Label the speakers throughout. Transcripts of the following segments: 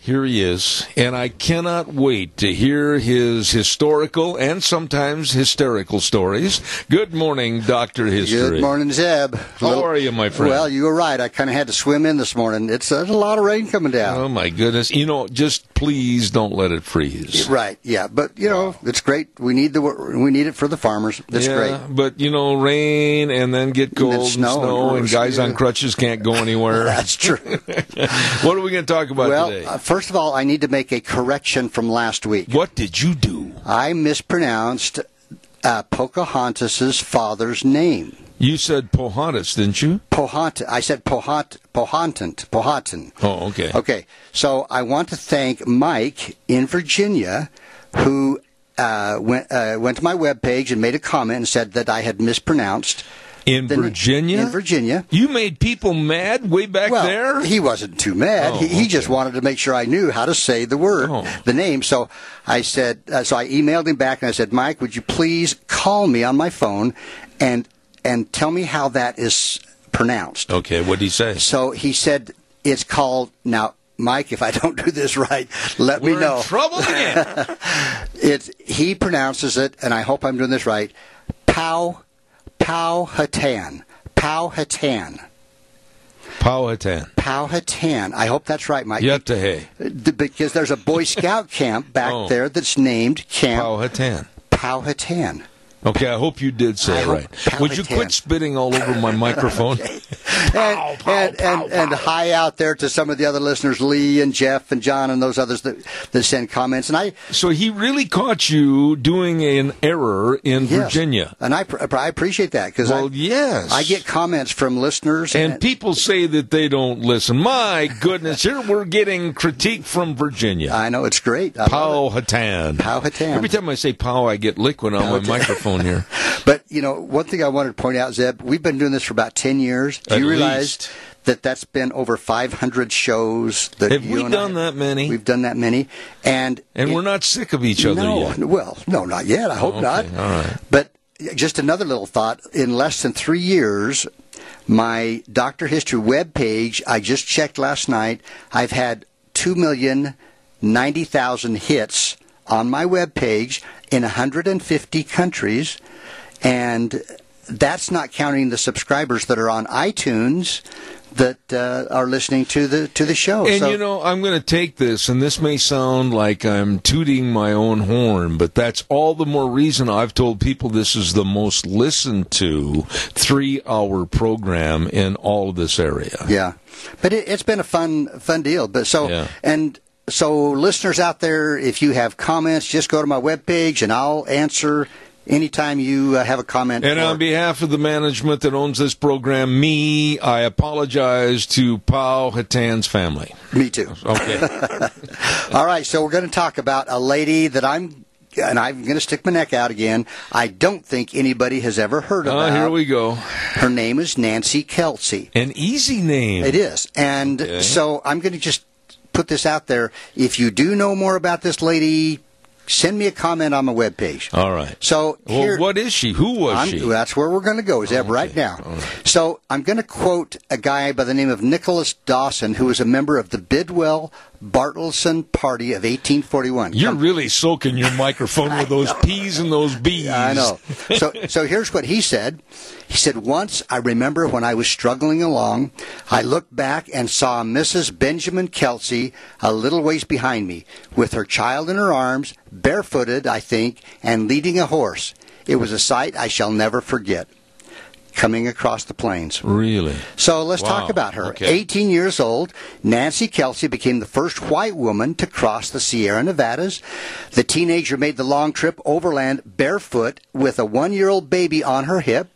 Speaker 1: Here he is, and I cannot wait to hear his historical and sometimes hysterical stories. Good morning, Dr. History.
Speaker 2: Good morning, Zeb.
Speaker 1: How are you, my friend?
Speaker 2: Well, you were right. I kind of had to swim in this morning. It's there's a lot of rain coming down.
Speaker 1: Oh, my goodness. You know, just please don't let it freeze.
Speaker 2: Right, yeah, but you know it's great. We need the we need it for the farmers. That's
Speaker 1: yeah,
Speaker 2: great.
Speaker 1: but you know, rain and then get cold and
Speaker 2: snow and
Speaker 1: snow, and
Speaker 2: worse,
Speaker 1: guys on
Speaker 2: yeah.
Speaker 1: crutches can't go anywhere.
Speaker 2: That's true.
Speaker 1: what are we going to talk about
Speaker 2: well,
Speaker 1: today?
Speaker 2: uh, first of all, I need to make a correction from last week.
Speaker 1: what did you do?
Speaker 2: I mispronounced uh, Pocahontas's father's name.
Speaker 1: You said Pocahontas, didn't you?
Speaker 2: Pohont. I said Pohont. Pohontant. Pohontan.
Speaker 1: Oh, okay.
Speaker 2: Okay, so I want to thank Mike in Virginia, who uh, went uh, went to my webpage and made a comment and said that I had mispronounced
Speaker 1: In
Speaker 2: the-
Speaker 1: Virginia?
Speaker 2: In Virginia.
Speaker 1: You made people mad way back
Speaker 2: Well,
Speaker 1: there?
Speaker 2: he wasn't too mad.
Speaker 1: Oh,
Speaker 2: he, he just wanted to make sure I knew how to say the word,
Speaker 1: Oh.
Speaker 2: the name. So I said, uh, so I emailed him back and I said, Mike, would you please call me on my phone and and tell me how that is pronounced?
Speaker 1: Okay, what did he say?
Speaker 2: So he said, it's called now. Mike, if I don't do this right, let
Speaker 1: We're
Speaker 2: me know.
Speaker 1: in trouble again.
Speaker 2: It's he pronounces it, and I hope I'm doing this right. Pow, Powhatan, Powhatan,
Speaker 1: Powhatan.
Speaker 2: Powhatan. I hope that's right, Mike.
Speaker 1: Yep, to hey.
Speaker 2: D- Because there's a Boy Scout camp back
Speaker 1: Oh.
Speaker 2: there that's named Camp
Speaker 1: Powhatan.
Speaker 2: Powhatan.
Speaker 1: Okay, I hope you did say
Speaker 2: I
Speaker 1: it
Speaker 2: hope
Speaker 1: right. Would you
Speaker 2: Powhatan.
Speaker 1: quit spitting all over my microphone?
Speaker 2: And, and, and, and hi out there to some of the other listeners, Lee and Jeff and John and those others that, that send comments. And I,
Speaker 1: So he really caught you doing an error in
Speaker 2: yes,
Speaker 1: Virginia.
Speaker 2: and I, pr- I appreciate that because
Speaker 1: Well,
Speaker 2: I,
Speaker 1: yes.
Speaker 2: I get comments from listeners
Speaker 1: And people say that they don't listen. My goodness, here we're getting critique from Virginia.
Speaker 2: I know it's great. I love it.
Speaker 1: Powhatan.
Speaker 2: Powhatan.
Speaker 1: Every time I say pow, I get liquid on my microphone here.
Speaker 2: But you know, one thing I wanted to point out, Zeb, we've been doing this for about ten years. Do
Speaker 1: At
Speaker 2: you realize
Speaker 1: least.
Speaker 2: that that's been over five hundred shows? That
Speaker 1: Have
Speaker 2: you
Speaker 1: we
Speaker 2: and
Speaker 1: done
Speaker 2: I-
Speaker 1: that many?
Speaker 2: We've done that many, and
Speaker 1: and
Speaker 2: it-
Speaker 1: we're not sick of each other
Speaker 2: no,
Speaker 1: yet. Oh,
Speaker 2: well, no, not yet. I hope
Speaker 1: okay,
Speaker 2: not.
Speaker 1: all right.
Speaker 2: But just another little thought: in less than three years, my Doctor History web page I just checked last night. I've had two million ninety thousand hits on my web page in 150 countries, and that's not counting the subscribers that are on iTunes that uh, are listening to the to the show.
Speaker 1: And
Speaker 2: So-
Speaker 1: you know, I'm going to take this, and this may sound like I'm tooting my own horn, but that's all the more reason I've told people this is the most listened to three hour program in all of this area.
Speaker 2: Yeah, but it, it's been a fun fun deal. But so
Speaker 1: Yeah.
Speaker 2: and so, listeners out there, if you have comments, just go to my webpage and I'll answer anytime you uh, have a comment.
Speaker 1: And
Speaker 2: or-
Speaker 1: on behalf of the management that owns this program, me, I apologize to Pau Hatan's family.
Speaker 2: me too.
Speaker 1: Okay.
Speaker 2: All right, so we're going to talk about a lady that I'm. And I'm going to stick my neck out again. I don't think anybody has ever heard of
Speaker 1: uh,
Speaker 2: her.
Speaker 1: here we go.
Speaker 2: Her name is Nancy Kelsey.
Speaker 1: An easy name.
Speaker 2: It is. And
Speaker 1: Okay.
Speaker 2: so I'm going to just put this out there. If you do know more about this lady, send me a comment on my webpage.
Speaker 1: All right.
Speaker 2: So
Speaker 1: Well,
Speaker 2: here,
Speaker 1: what is she? Who was
Speaker 2: I'm-
Speaker 1: she?
Speaker 2: that's where we're going to go, Zeb, right now. So I'm going to quote a guy by the name of Nicholas Dawson, who was a member of the Bidwell Bartleson Party of 1841.
Speaker 1: You're
Speaker 2: Come-
Speaker 1: really soaking your microphone with those peas and those bees.
Speaker 2: I know. So, so here's what he said. He said, Once I remember when I was struggling along, I looked back and saw Mrs. Benjamin Kelsey a little ways behind me, with her child in her arms, barefooted, I think, and leading a horse. It was a sight I shall never forget. Coming across the plains.
Speaker 1: Really?
Speaker 2: So let's
Speaker 1: Wow.
Speaker 2: talk about her.
Speaker 1: Okay.
Speaker 2: 18 years old, Nancy Kelsey became the first white woman to cross the Sierra Nevadas. The teenager made the long trip overland barefoot with a one year old baby on her hip.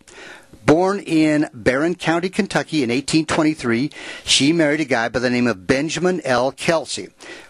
Speaker 2: Born in Barron County, Kentucky in 1823, she married a guy by the name of Benjamin L. Kelsey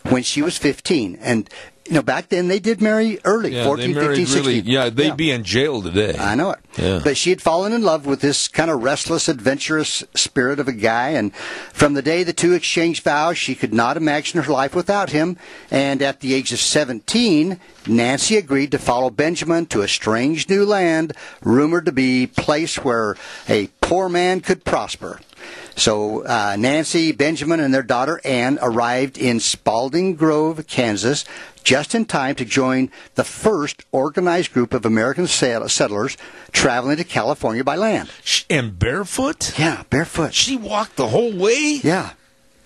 Speaker 2: when she was 15. And you know, back then they did marry early,
Speaker 1: Yeah,
Speaker 2: fourteen,
Speaker 1: they married
Speaker 2: fifteen, sixteen.
Speaker 1: really.
Speaker 2: 14, 15, 16.
Speaker 1: Yeah, they'd be in jail today.
Speaker 2: I know it.
Speaker 1: Yeah.
Speaker 2: But she had fallen in love with this kind of restless, adventurous spirit of a guy. And from the day the two exchanged vows, she could not imagine her life without him. And at the age of 17, Nancy agreed to follow Benjamin to a strange new land, rumored to be place where a poor man could prosper. So uh, Nancy, Benjamin, and their daughter Anne arrived in Spalding Grove, Kansas, just in time to join the first organized group of American sail- settlers traveling to California by land.
Speaker 1: Sh- And barefoot?
Speaker 2: Yeah, barefoot.
Speaker 1: She walked the whole way?
Speaker 2: Yeah.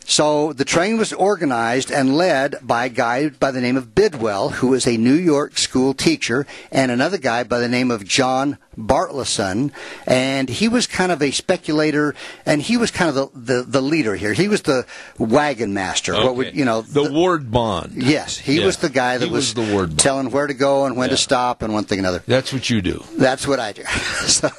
Speaker 2: So the train was organized and led by a guy by the name of Bidwell, who was a New York school teacher, and another guy by the name of John Bartleson. And he was kind of a speculator, and he was kind of the, the, the leader here. He was the wagon master. What would,
Speaker 1: Okay.
Speaker 2: you know,
Speaker 1: the,
Speaker 2: the-
Speaker 1: Ward Bond.
Speaker 2: Yes, he
Speaker 1: Yeah.
Speaker 2: was the guy that
Speaker 1: He was the word bomb.
Speaker 2: telling where to go and when to
Speaker 1: Yeah.
Speaker 2: stop and one thing and another.
Speaker 1: That's what you do.
Speaker 2: That's what I do. so,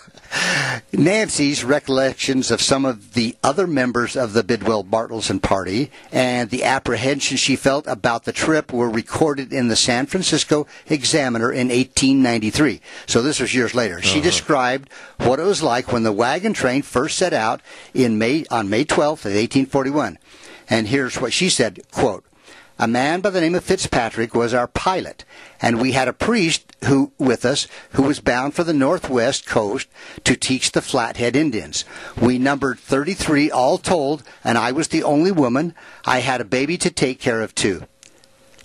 Speaker 2: Nancy's recollections of some of the other members of the Bidwell Bartleson party and the apprehension she felt about the trip were recorded in the San Francisco Examiner in 1893. So this was years later. She described what it was like when the wagon train first set out in May on May 12th of 1841. And here's what she said, quote, a man by the name of Fitzpatrick was our pilot, and we had a priest who with us who was bound for the northwest coast to teach the Flathead Indians. We numbered 33 all told, and I was the only woman. I had a baby to take care of too.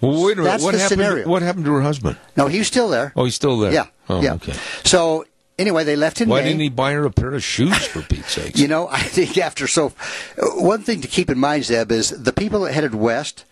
Speaker 1: Well, wait a minute.
Speaker 2: That's
Speaker 1: what
Speaker 2: the
Speaker 1: happened?
Speaker 2: scenario.
Speaker 1: What happened to her husband?
Speaker 2: No, he was still there.
Speaker 1: Oh, he's still there.
Speaker 2: yeah,
Speaker 1: Oh,
Speaker 2: yeah.
Speaker 1: Okay.
Speaker 2: So anyway, they left in
Speaker 1: Why
Speaker 2: May.
Speaker 1: didn't he buy her a pair of shoes for Pete's sake?
Speaker 2: You know, I think after so, one thing to keep in mind, Zeb, is the people that headed west.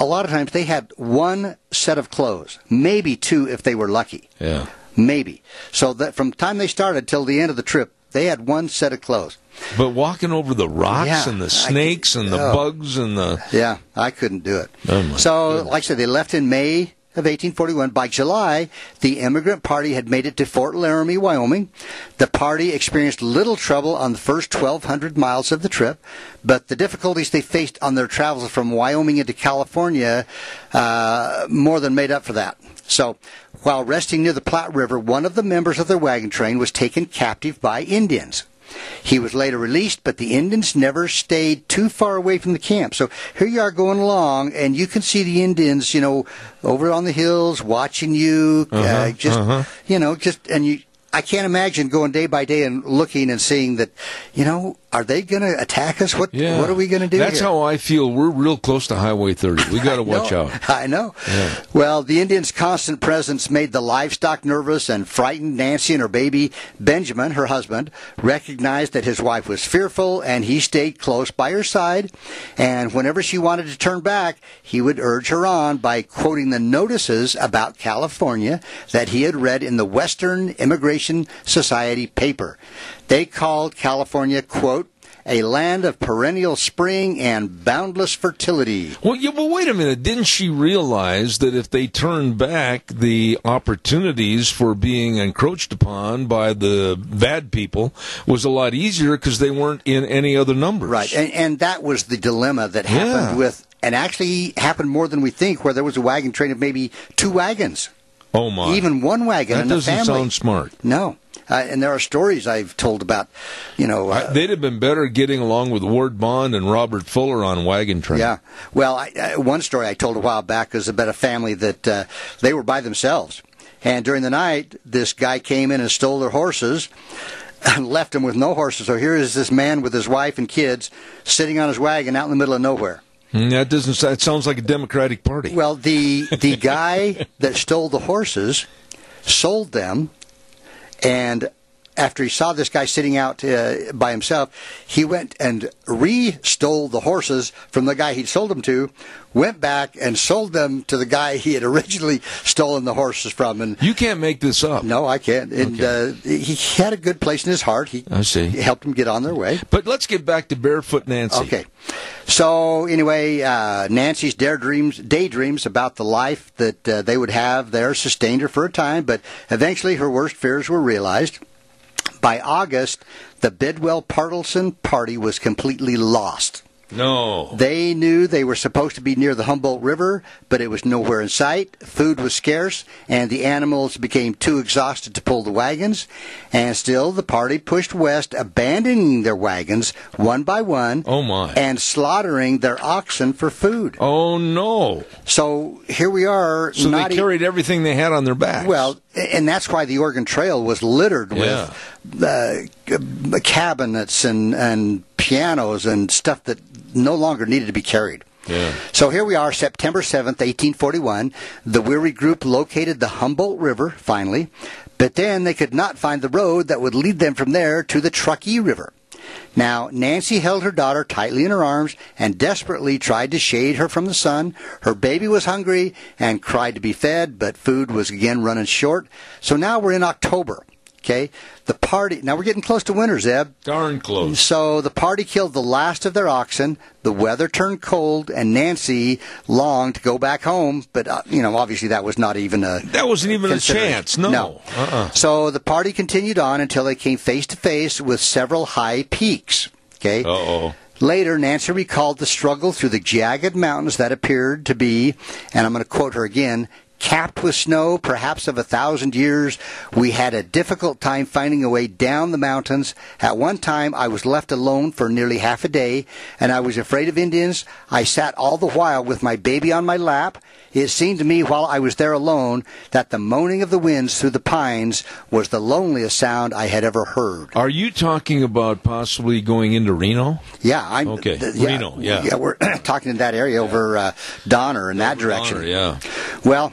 Speaker 2: A lot of times they had one set of clothes, maybe two if they were lucky.
Speaker 1: Yeah.
Speaker 2: Maybe. So that from the time they started till the end of the trip, they had one set of clothes.
Speaker 1: But walking over the rocks
Speaker 2: Yeah,
Speaker 1: and
Speaker 2: I-
Speaker 1: the snakes and the
Speaker 2: oh.
Speaker 1: bugs and the
Speaker 2: Yeah, I couldn't do it.
Speaker 1: Oh, my
Speaker 2: so, like I said, they left in May of 1841. By July, the immigrant party had made it to Fort Laramie, Wyoming. The party experienced little trouble on the first 1,200 miles of the trip, but the difficulties they faced on their travels from Wyoming into California uh, more than made up for that. So, while resting near the Platte River, one of the members of their wagon train was taken captive by Indians. He was later released, but the Indians never stayed too far away from the camp. So here you are going along, and you can see the Indians, you know, over on the hills watching you, uh
Speaker 1: Uh-huh,
Speaker 2: just, you know, just, and you, I can't imagine going day by day and looking and seeing that, you know, are they going to attack us? What,
Speaker 1: yeah.
Speaker 2: what are we going to do?
Speaker 1: That's
Speaker 2: here?
Speaker 1: how I feel. We're real close to Highway 30. We got to watch
Speaker 2: No,
Speaker 1: out.
Speaker 2: I know. Well, the Indians' constant presence made the livestock nervous and frightened Nancy and her baby Benjamin, her husband, recognized that his wife was fearful and he stayed close by her side. And whenever she wanted to turn back, he would urge her on by quoting the notices about California that he had read in the Western Immigration Society paper. They called California, quote, a land of perennial spring and boundless fertility.
Speaker 1: Well, yeah, but wait a minute. Didn't she realize that if they turned back, the opportunities for being encroached upon by the bad people was a lot easier because they weren't in any other numbers?
Speaker 2: Right, and, and that was the dilemma that happened
Speaker 1: Yeah.
Speaker 2: with, and actually happened more than we think, where there was a wagon train of maybe two wagons,
Speaker 1: oh, my.
Speaker 2: even one wagon
Speaker 1: that
Speaker 2: in a
Speaker 1: doesn't
Speaker 2: family.
Speaker 1: sound smart.
Speaker 2: no, uh, and there are stories I've told about, you know, uh,
Speaker 1: They'd have been better getting along with Ward Bond and Robert Fuller on Wagon Train.
Speaker 2: Yeah. Well, I, I, one story I told a while back was about a family that uh, they were by themselves. And during the night, this guy came in and stole their horses and left them with no horses. So here is this man with his wife and kids sitting on his wagon out in the middle of nowhere.
Speaker 1: Mm, That doesn't. That sounds like a Democratic Party.
Speaker 2: Well, the the guy that stole the horses sold them, and after he saw this guy sitting out uh, by himself, he went and re-stole the horses from the guy he'd sold them to, went back and sold them to the guy he had originally stolen the horses from, and.
Speaker 1: you can't make this up.
Speaker 2: No, I can't. And uh, he he had a good place in his heart. He
Speaker 1: I see.
Speaker 2: he helped him get on their way.
Speaker 1: But let's get back to Barefoot Nancy.
Speaker 2: Okay. So anyway, uh, Nancy's dare dreams, daydreams about the life that uh, they would have there sustained her for a time, but eventually her worst fears were realized. By August, the Bidwell Partelson party was completely lost.
Speaker 1: No.
Speaker 2: They knew they were supposed to be near the Humboldt River, but it was nowhere in sight. Food was scarce, and the animals became too exhausted to pull the wagons. And still, the party pushed west, abandoning their wagons one by one
Speaker 1: Oh, my.
Speaker 2: and slaughtering their oxen for food.
Speaker 1: Oh, no.
Speaker 2: So here we are.
Speaker 1: So
Speaker 2: not
Speaker 1: they
Speaker 2: e-
Speaker 1: carried everything they had on their backs.
Speaker 2: well, and that's why the Oregon Trail was littered
Speaker 1: Yeah.
Speaker 2: with uh, cabinets and, and pianos and stuff that no longer needed to be carried.
Speaker 1: Yeah.
Speaker 2: So here we are, September 7th, 1841. The weary group located the Humboldt River, finally, but then they could not find the road that would lead them from there to the Truckee River. Now, Nancy held her daughter tightly in her arms and desperately tried to shade her from the sun. Her baby was hungry and cried to be fed, but food was again running short. So now we're in October. Okay? The party, now we're getting close to winter, Zeb.
Speaker 1: darn close.
Speaker 2: So the party killed the last of their oxen. The weather turned cold, and Nancy longed to go back home. But uh, you know, obviously, that was not even a
Speaker 1: That wasn't even a
Speaker 2: consideration.
Speaker 1: chance. No. Uh-uh.
Speaker 2: So the party continued on until they came face to face with several high peaks. Okay.
Speaker 1: Uh-oh.
Speaker 2: Later, Nancy recalled the struggle through the jagged mountains that appeared to be, and I'm going to quote her again, capped with snow, perhaps of a thousand years. We had a difficult time finding a way down the mountains. At one time, I was left alone for nearly half a day, and I was afraid of Indians. I sat all the while with my baby on my lap. It seemed to me while I was there alone that the moaning of the winds through the pines was the loneliest sound I had ever heard.
Speaker 1: Are you talking about possibly going into Reno?
Speaker 2: Yeah, I'm
Speaker 1: Okay,
Speaker 2: th-
Speaker 1: Reno, yeah.
Speaker 2: yeah. We're talking in that area over uh, Donner in that direction.
Speaker 1: Honor, yeah.
Speaker 2: Well,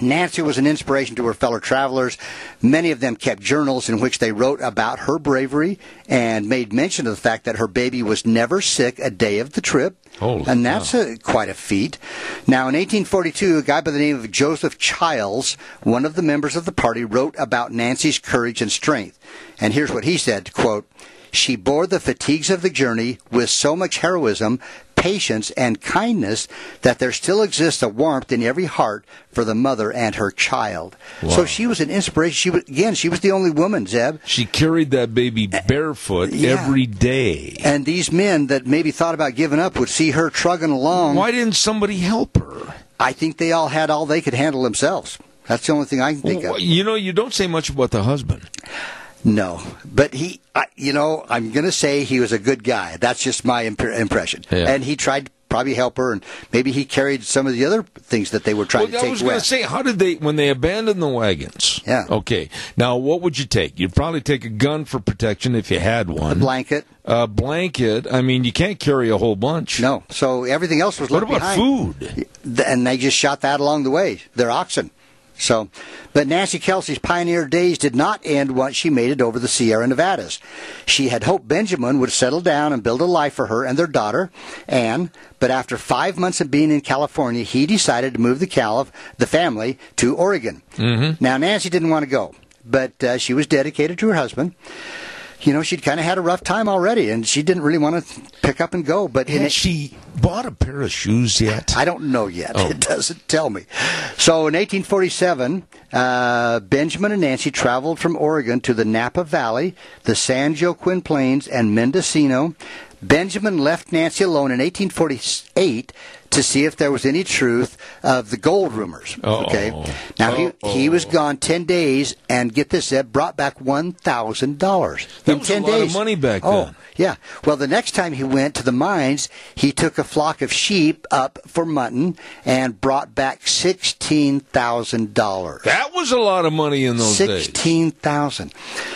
Speaker 2: Nancy was an inspiration to her fellow travelers. Many of them kept journals in which they wrote about her bravery and made mention of the fact that her baby was never sick a day of the trip.
Speaker 1: Holy
Speaker 2: and that's a, quite a feat. Now, in 1842, a guy by the name of Joseph Childs, one of the members of the party, wrote about Nancy's courage and strength. And here's what he said, quote, She bore the fatigues of the journey with so much heroism, patience, and kindness that there still exists a warmth in every heart for the mother and her child. So she was an inspiration. She was, again, she was the only woman, Zeb,
Speaker 1: She carried that baby barefoot
Speaker 2: Eh, yeah.
Speaker 1: every day.
Speaker 2: and these men that maybe thought about giving up would see her trudging along.
Speaker 1: Why didn't somebody help her?
Speaker 2: I think they all had all they could handle themselves. That's the only thing I can think
Speaker 1: Well,
Speaker 2: of.
Speaker 1: you know, you don't say much about the husband.
Speaker 2: No, but he, I, you know, I'm going to say he was a good guy. That's just my imp- impression.
Speaker 1: Yeah.
Speaker 2: And he tried to probably help her, and maybe he carried some of the other things that they were trying
Speaker 1: Well,
Speaker 2: to
Speaker 1: I was
Speaker 2: take
Speaker 1: going to
Speaker 2: west.
Speaker 1: say, how did they when they abandoned the wagons?
Speaker 2: Yeah.
Speaker 1: Okay. Now, what would you take? You'd probably take a gun for protection if you had one.
Speaker 2: blanket.
Speaker 1: a blanket. I mean, you can't carry a whole bunch.
Speaker 2: No, so everything else was
Speaker 1: What
Speaker 2: left
Speaker 1: about
Speaker 2: behind.
Speaker 1: food?
Speaker 2: Th- and they just shot that along the way. Their oxen. So, but Nancy Kelsey's pioneer days did not end once she made it over the Sierra Nevadas. She had hoped Benjamin would settle down and build a life for her and their daughter, Anne. But after five months of being in California, he decided to move the caliph, the family, to Oregon. Mm-hmm. Now Nancy didn't want to go, but uh, she was dedicated to her husband. You know, she'd kind of had a rough time already, and she didn't really want to pick up and go. But in
Speaker 1: Had
Speaker 2: it-
Speaker 1: she bought a pair of shoes yet? Oh.
Speaker 2: I don't know yet. It doesn't tell me. So in 1847, uh, Benjamin and Nancy traveled from Oregon to the Napa Valley, the San Joaquin Plains, and Mendocino. Benjamin left Nancy alone in 1848 to see if there was any truth of the gold rumors.
Speaker 1: Uh-oh.
Speaker 2: Okay. Now he, he was gone 10 days and get this, Zeb brought back $1,000.
Speaker 1: That
Speaker 2: in
Speaker 1: was a
Speaker 2: 10
Speaker 1: lot of
Speaker 2: days.
Speaker 1: money back
Speaker 2: Oh,
Speaker 1: then.
Speaker 2: yeah. Well, the next time he went to the mines, he took a flock of sheep up for mutton and brought back sixteen thousand dollars.
Speaker 1: that was a lot of money in those days.
Speaker 2: Sixteen thousand.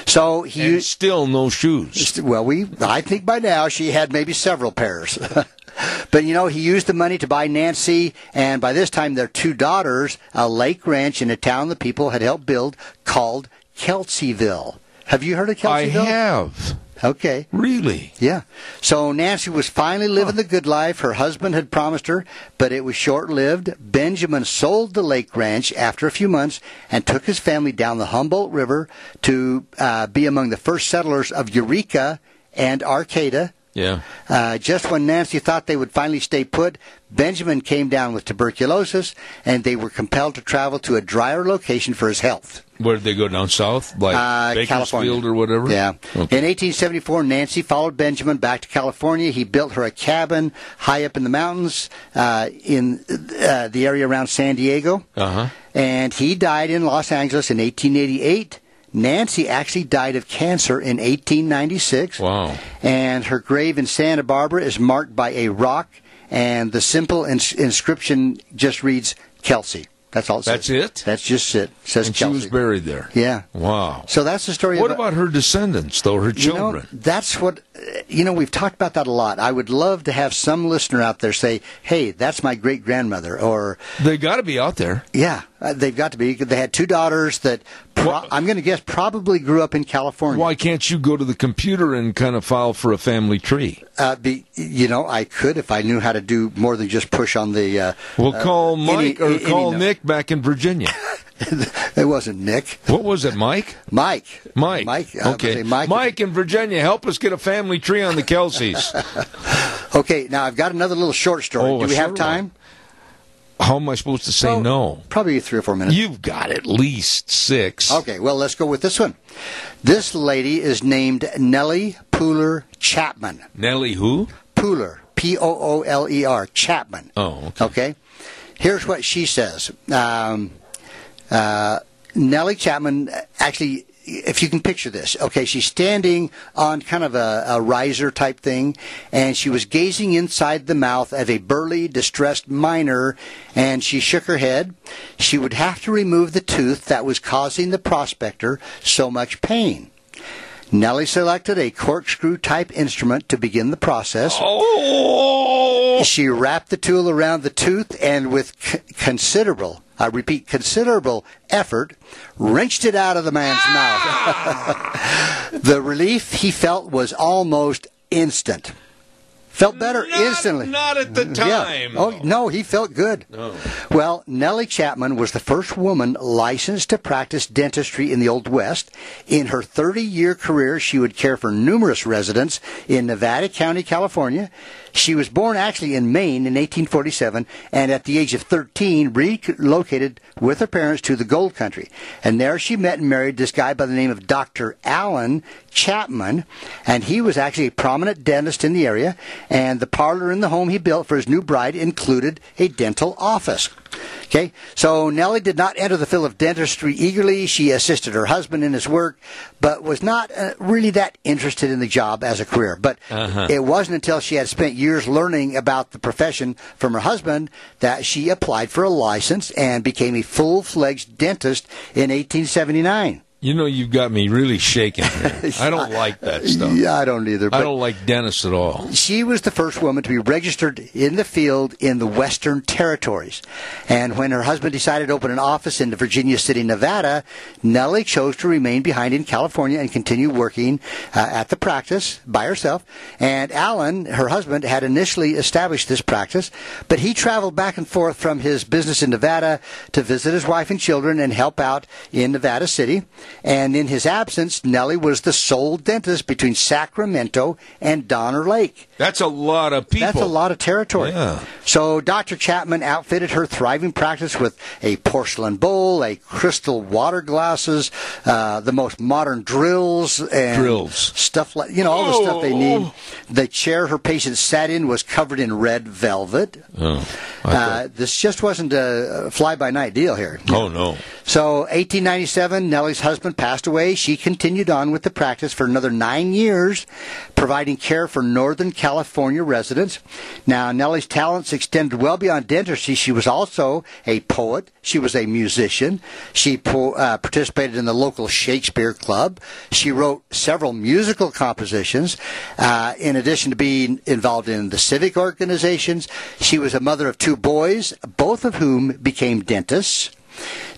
Speaker 2: So he
Speaker 1: And still no shoes.
Speaker 2: well, we I think by now she had maybe several pairs. but you know, he used the money to buy Nancy and by this time their two daughters a lake ranch in a town the people had helped build called Kelseyville. Have you heard of Kelseyville?
Speaker 1: I have.
Speaker 2: Okay.
Speaker 1: Really?
Speaker 2: Yeah. So Nancy was finally living the good life her husband had promised her, but it was short lived. Benjamin sold the lake ranch after a few months and took his family down the Humboldt River to uh, be among the first settlers of Eureka and Arcata.
Speaker 1: Yeah.
Speaker 2: Uh, just when Nancy thought they would finally stay put, Benjamin came down with tuberculosis and they were compelled to travel to a drier location for his health.
Speaker 1: Where did they go down south? Like
Speaker 2: Uh,
Speaker 1: Bakersfield
Speaker 2: California.
Speaker 1: or whatever?
Speaker 2: Yeah.
Speaker 1: Okay.
Speaker 2: In 1874, Nancy followed Benjamin back to California. He built her a cabin high up in the mountains uh, in uh, the area around San Diego.
Speaker 1: Uh-huh.
Speaker 2: And he died in Los Angeles in 1888. Nancy actually died of cancer in 1896.
Speaker 1: Wow.
Speaker 2: And her grave in Santa Barbara is marked by a rock, and the simple ins- inscription just reads Kelsey. That's all it says.
Speaker 1: That's it?
Speaker 2: That's just it. It says
Speaker 1: And she
Speaker 2: Kelsey.
Speaker 1: was buried there.
Speaker 2: Yeah.
Speaker 1: Wow.
Speaker 2: So that's the story
Speaker 1: What
Speaker 2: of- uh,
Speaker 1: about her descendants, though? Her
Speaker 2: you know,
Speaker 1: children?
Speaker 2: that's what uh, you know. We've talked about that a lot. I would love to have some listener out there say, "Hey, that's my great grandmother," or
Speaker 1: They got to be out there.
Speaker 2: "Yeah, uh, they've got to be." They had two daughters that pro-
Speaker 1: Well-
Speaker 2: I'm going to guess probably grew up in California.
Speaker 1: Why can't you go to the computer and kind of file for a family tree?
Speaker 2: Uh, be, you know, I could if I knew how to do more than just push on the. Uh,
Speaker 1: Well, call Mike
Speaker 2: any-
Speaker 1: or call
Speaker 2: any-
Speaker 1: Nick back in Virginia.
Speaker 2: it wasn't Nick,
Speaker 1: what was it, Mike?
Speaker 2: Mike,
Speaker 1: Mike.
Speaker 2: Mike. I was gonna
Speaker 1: Okay.
Speaker 2: say Mike.
Speaker 1: Mike in Virginia, help us get a family tree on the Kelseys.
Speaker 2: Okay, now I've got another little short story.
Speaker 1: Oh,
Speaker 2: Do
Speaker 1: a
Speaker 2: we have
Speaker 1: short
Speaker 2: time?
Speaker 1: How am I supposed to say
Speaker 2: Oh,
Speaker 1: no?
Speaker 2: Probably three or four minutes.
Speaker 1: You've got at least six.
Speaker 2: Okay, well, let's go with this one. This lady is named Nellie Pooler Chapman.
Speaker 1: Nellie, who?
Speaker 2: Pooler, P O O L E R, Chapman.
Speaker 1: Oh, okay.
Speaker 2: Okay? Here's what she says um, uh, Nellie Chapman, actually, if you can picture this, okay, she's standing on kind of a, a riser type thing, and she was gazing inside the mouth of a burly, distressed miner, and she shook her head. She would have to remove the tooth that was causing the prospector so much pain. Nellie selected a corkscrew type instrument to begin the process.
Speaker 1: Oh!
Speaker 2: She wrapped the tool around the tooth and with c- considerable, I repeat, considerable effort, wrenched it out of the man's mouth. the relief he felt was almost instant. Felt better
Speaker 1: Not-
Speaker 2: instantly.
Speaker 1: not at the time.
Speaker 2: Yeah. Oh, no, he felt good. Well, Nellie Chapman was the first woman licensed to practice dentistry in the Old West. In her 30 year career, she would care for numerous residents in Nevada County, California. She was born actually in Maine in 1847 and at the age of 13 relocated with her parents to the Gold Country. And there she met and married this guy by the name of Dr. Allen Chapman. And he was actually a prominent dentist in the area. And the parlor in the home he built for his new bride included a dental office. Okay, so Nellie did not enter the field of dentistry eagerly. She assisted her husband in his work, but was not uh, really that interested in the job as a career. But it wasn't until she had spent years learning about the profession from her husband that she applied for a license and became a full fledged dentist in 1879.
Speaker 1: You know, you've got me really shaking here. I don't like that stuff.
Speaker 2: Yeah, I don't either. But
Speaker 1: I don't like Dennis at all.
Speaker 2: she was the first woman to be registered in the field in the Western Territories. And when her husband decided to open an office in Virginia City, Nevada, Nellie chose to remain behind in California and continue working uh, at the practice by herself. And Alan, her husband, had initially established this practice, but he traveled back and forth from his business in Nevada to visit his wife and children and help out in Nevada City. And in his absence, Nellie was the sole dentist between Sacramento and Donner Lake.
Speaker 1: That's a lot of people.
Speaker 2: That's a lot of territory.
Speaker 1: Yeah.
Speaker 2: So Dr. Chapman outfitted her thriving practice with a porcelain bowl, a crystal water glasses, uh, the most modern drills and
Speaker 1: Drills.
Speaker 2: stuff like you know all the stuff they need.
Speaker 1: Oh.
Speaker 2: The chair her patients sat in was covered in red velvet.
Speaker 1: Oh, I
Speaker 2: Uh, this just wasn't a fly by night deal here.
Speaker 1: oh no.
Speaker 2: So, 1897, Nellie's husband passed away. She continued on with the practice for another nine years, providing care for Northern California residents. Now, Nellie's talents extended well beyond dentistry. She was also a poet. She was a musician. She po- uh, participated in the local Shakespeare Club. She wrote several musical compositions. Uh, in addition to being involved in the civic organizations, she was a mother of two boys, both of whom became dentists.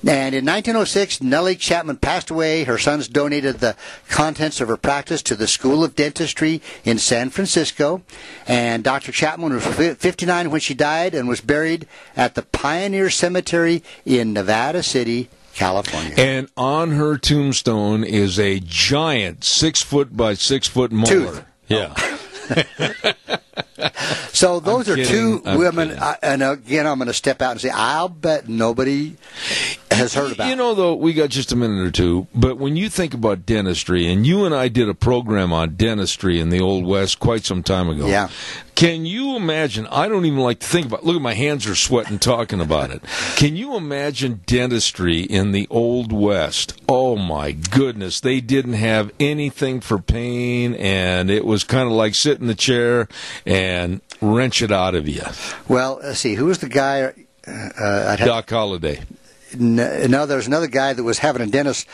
Speaker 2: And in 1906, Nellie Chapman passed away. Her sons donated the contents of her practice to the School of Dentistry in San Francisco. And Dr. Chapman was fi- 59 when she died and was buried at the Pioneer Cemetery in Nevada City, California.
Speaker 1: And on her tombstone is a giant six foot by six foot molar.
Speaker 2: Tooth.
Speaker 1: Yeah.
Speaker 2: So those are 2
Speaker 1: kidding. I'm
Speaker 2: women,
Speaker 1: kidding.
Speaker 2: I, and again, I'm going to step out and say, I'll bet nobody has heard about.
Speaker 1: You know, though, we got just a minute or two, but when you think about dentistry, and you and I did a program on dentistry in the Old West quite some time ago.
Speaker 2: Yeah.
Speaker 1: Can you imagine? I don't even like to think about. Look at my hands are sweating talking about it. Can you imagine dentistry in the Old West? Oh my goodness, they didn't have anything for pain, and it was kind of like sit in the chair and wrench it out of you.
Speaker 2: Well, let's see, who was the guy? Uh, I'd have
Speaker 1: Doc Holliday.
Speaker 2: N- no, there was another guy that was having a dentist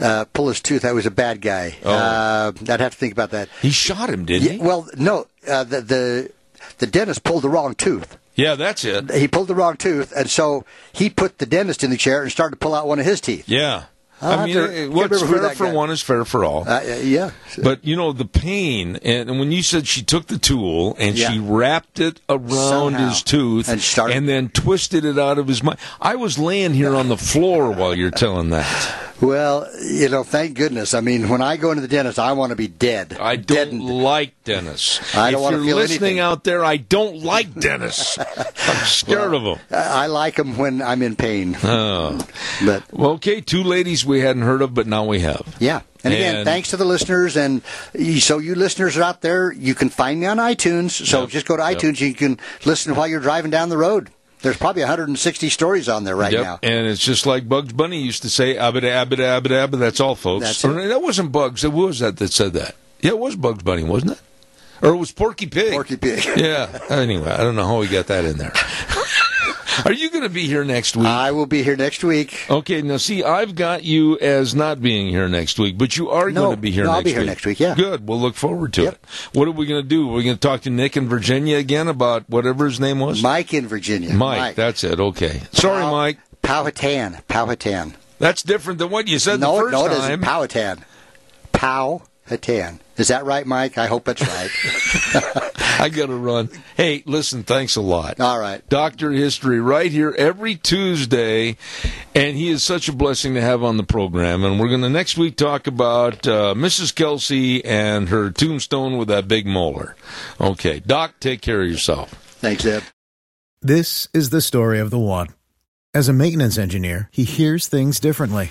Speaker 2: uh, pull his tooth. That was a bad guy. Uh, I'd have to think about that.
Speaker 1: He shot him, didn't
Speaker 2: Yeah,
Speaker 1: he?
Speaker 2: well, no, uh, the, the the dentist pulled the wrong tooth.
Speaker 1: yeah, that's it.
Speaker 2: He pulled the wrong tooth, and so he put the dentist in the chair and started to pull out one of his teeth.
Speaker 1: Yeah.
Speaker 2: I'll
Speaker 1: I
Speaker 2: have
Speaker 1: mean,
Speaker 2: to-
Speaker 1: it-
Speaker 2: can't
Speaker 1: what's
Speaker 2: remember who
Speaker 1: fair
Speaker 2: that
Speaker 1: for
Speaker 2: guy-
Speaker 1: one is fair for all.
Speaker 2: Uh, uh, yeah.
Speaker 1: but you know the pain, and, and when you said she took the tool and
Speaker 2: Yeah.
Speaker 1: she wrapped it around
Speaker 2: Somehow.
Speaker 1: his tooth
Speaker 2: And started-
Speaker 1: then twisted it out of his mouth. I was laying here on the floor while you're telling that.
Speaker 2: Well, you know, thank goodness. I mean, when I go into the dentist, I want to be dead. uh,
Speaker 1: I don't
Speaker 2: Deadened.
Speaker 1: like Dennis.
Speaker 2: I don't
Speaker 1: if
Speaker 2: wanna
Speaker 1: you're
Speaker 2: feel
Speaker 1: listening
Speaker 2: anything.
Speaker 1: out there, I don't like Dennis. I'm scared of him.
Speaker 2: I I like them when I'm in pain.
Speaker 1: Oh.
Speaker 2: But
Speaker 1: Well, okay, two ladies we hadn't heard of, but now we have.
Speaker 2: Yeah. And again,
Speaker 1: And-
Speaker 2: thanks to the listeners. And you- so, you listeners are out there, you can find me on iTunes. So
Speaker 1: Yep.
Speaker 2: just go to
Speaker 1: Yep.
Speaker 2: iTunes. You can listen while you're driving down the road. There's probably 160 stories on there right
Speaker 1: Yep,
Speaker 2: now.
Speaker 1: and it's just like Bugs Bunny used to say, "Abba abba abba abba." That's all, folks.
Speaker 2: That's
Speaker 1: Or, that wasn't Bugs. Who was that that said that? Yeah, it was Bugs Bunny, wasn't it? Or it was Porky Pig.
Speaker 2: Porky Pig.
Speaker 1: yeah. Anyway, I don't know how we got that in there. Are you going to be here next week?
Speaker 2: I will be here next week.
Speaker 1: Okay, now see, I've got you as not being here next week, but you are
Speaker 2: No,
Speaker 1: going to be here
Speaker 2: no,
Speaker 1: next
Speaker 2: I'll
Speaker 1: week.
Speaker 2: be here next week, yeah.
Speaker 1: Good. We'll look forward to
Speaker 2: Yep.
Speaker 1: it. What are we going to do? We're going to talk to Nick in Virginia again about whatever his name was?
Speaker 2: Mike in Virginia.
Speaker 1: Mike, that's it. Okay. Sorry,
Speaker 2: Pow-
Speaker 1: Mike.
Speaker 2: Powhatan. Powhatan.
Speaker 1: That's different than what you said
Speaker 2: No,
Speaker 1: the first
Speaker 2: no, it
Speaker 1: time.
Speaker 2: isn't. Powhatan. Powhatan. Is that right, Mike? I hope that's right.
Speaker 1: I got to run. Hey, listen, thanks a lot.
Speaker 2: All right.
Speaker 1: Doctor History right here every Tuesday, and he is such a blessing to have on the program. And we're going to next week talk about uh, Mrs. Kelsey and her tombstone with that big molar. Okay, Doc, take care of yourself.
Speaker 2: Thanks, Ed.
Speaker 3: This is the story of the one. As a maintenance engineer, he hears things differently.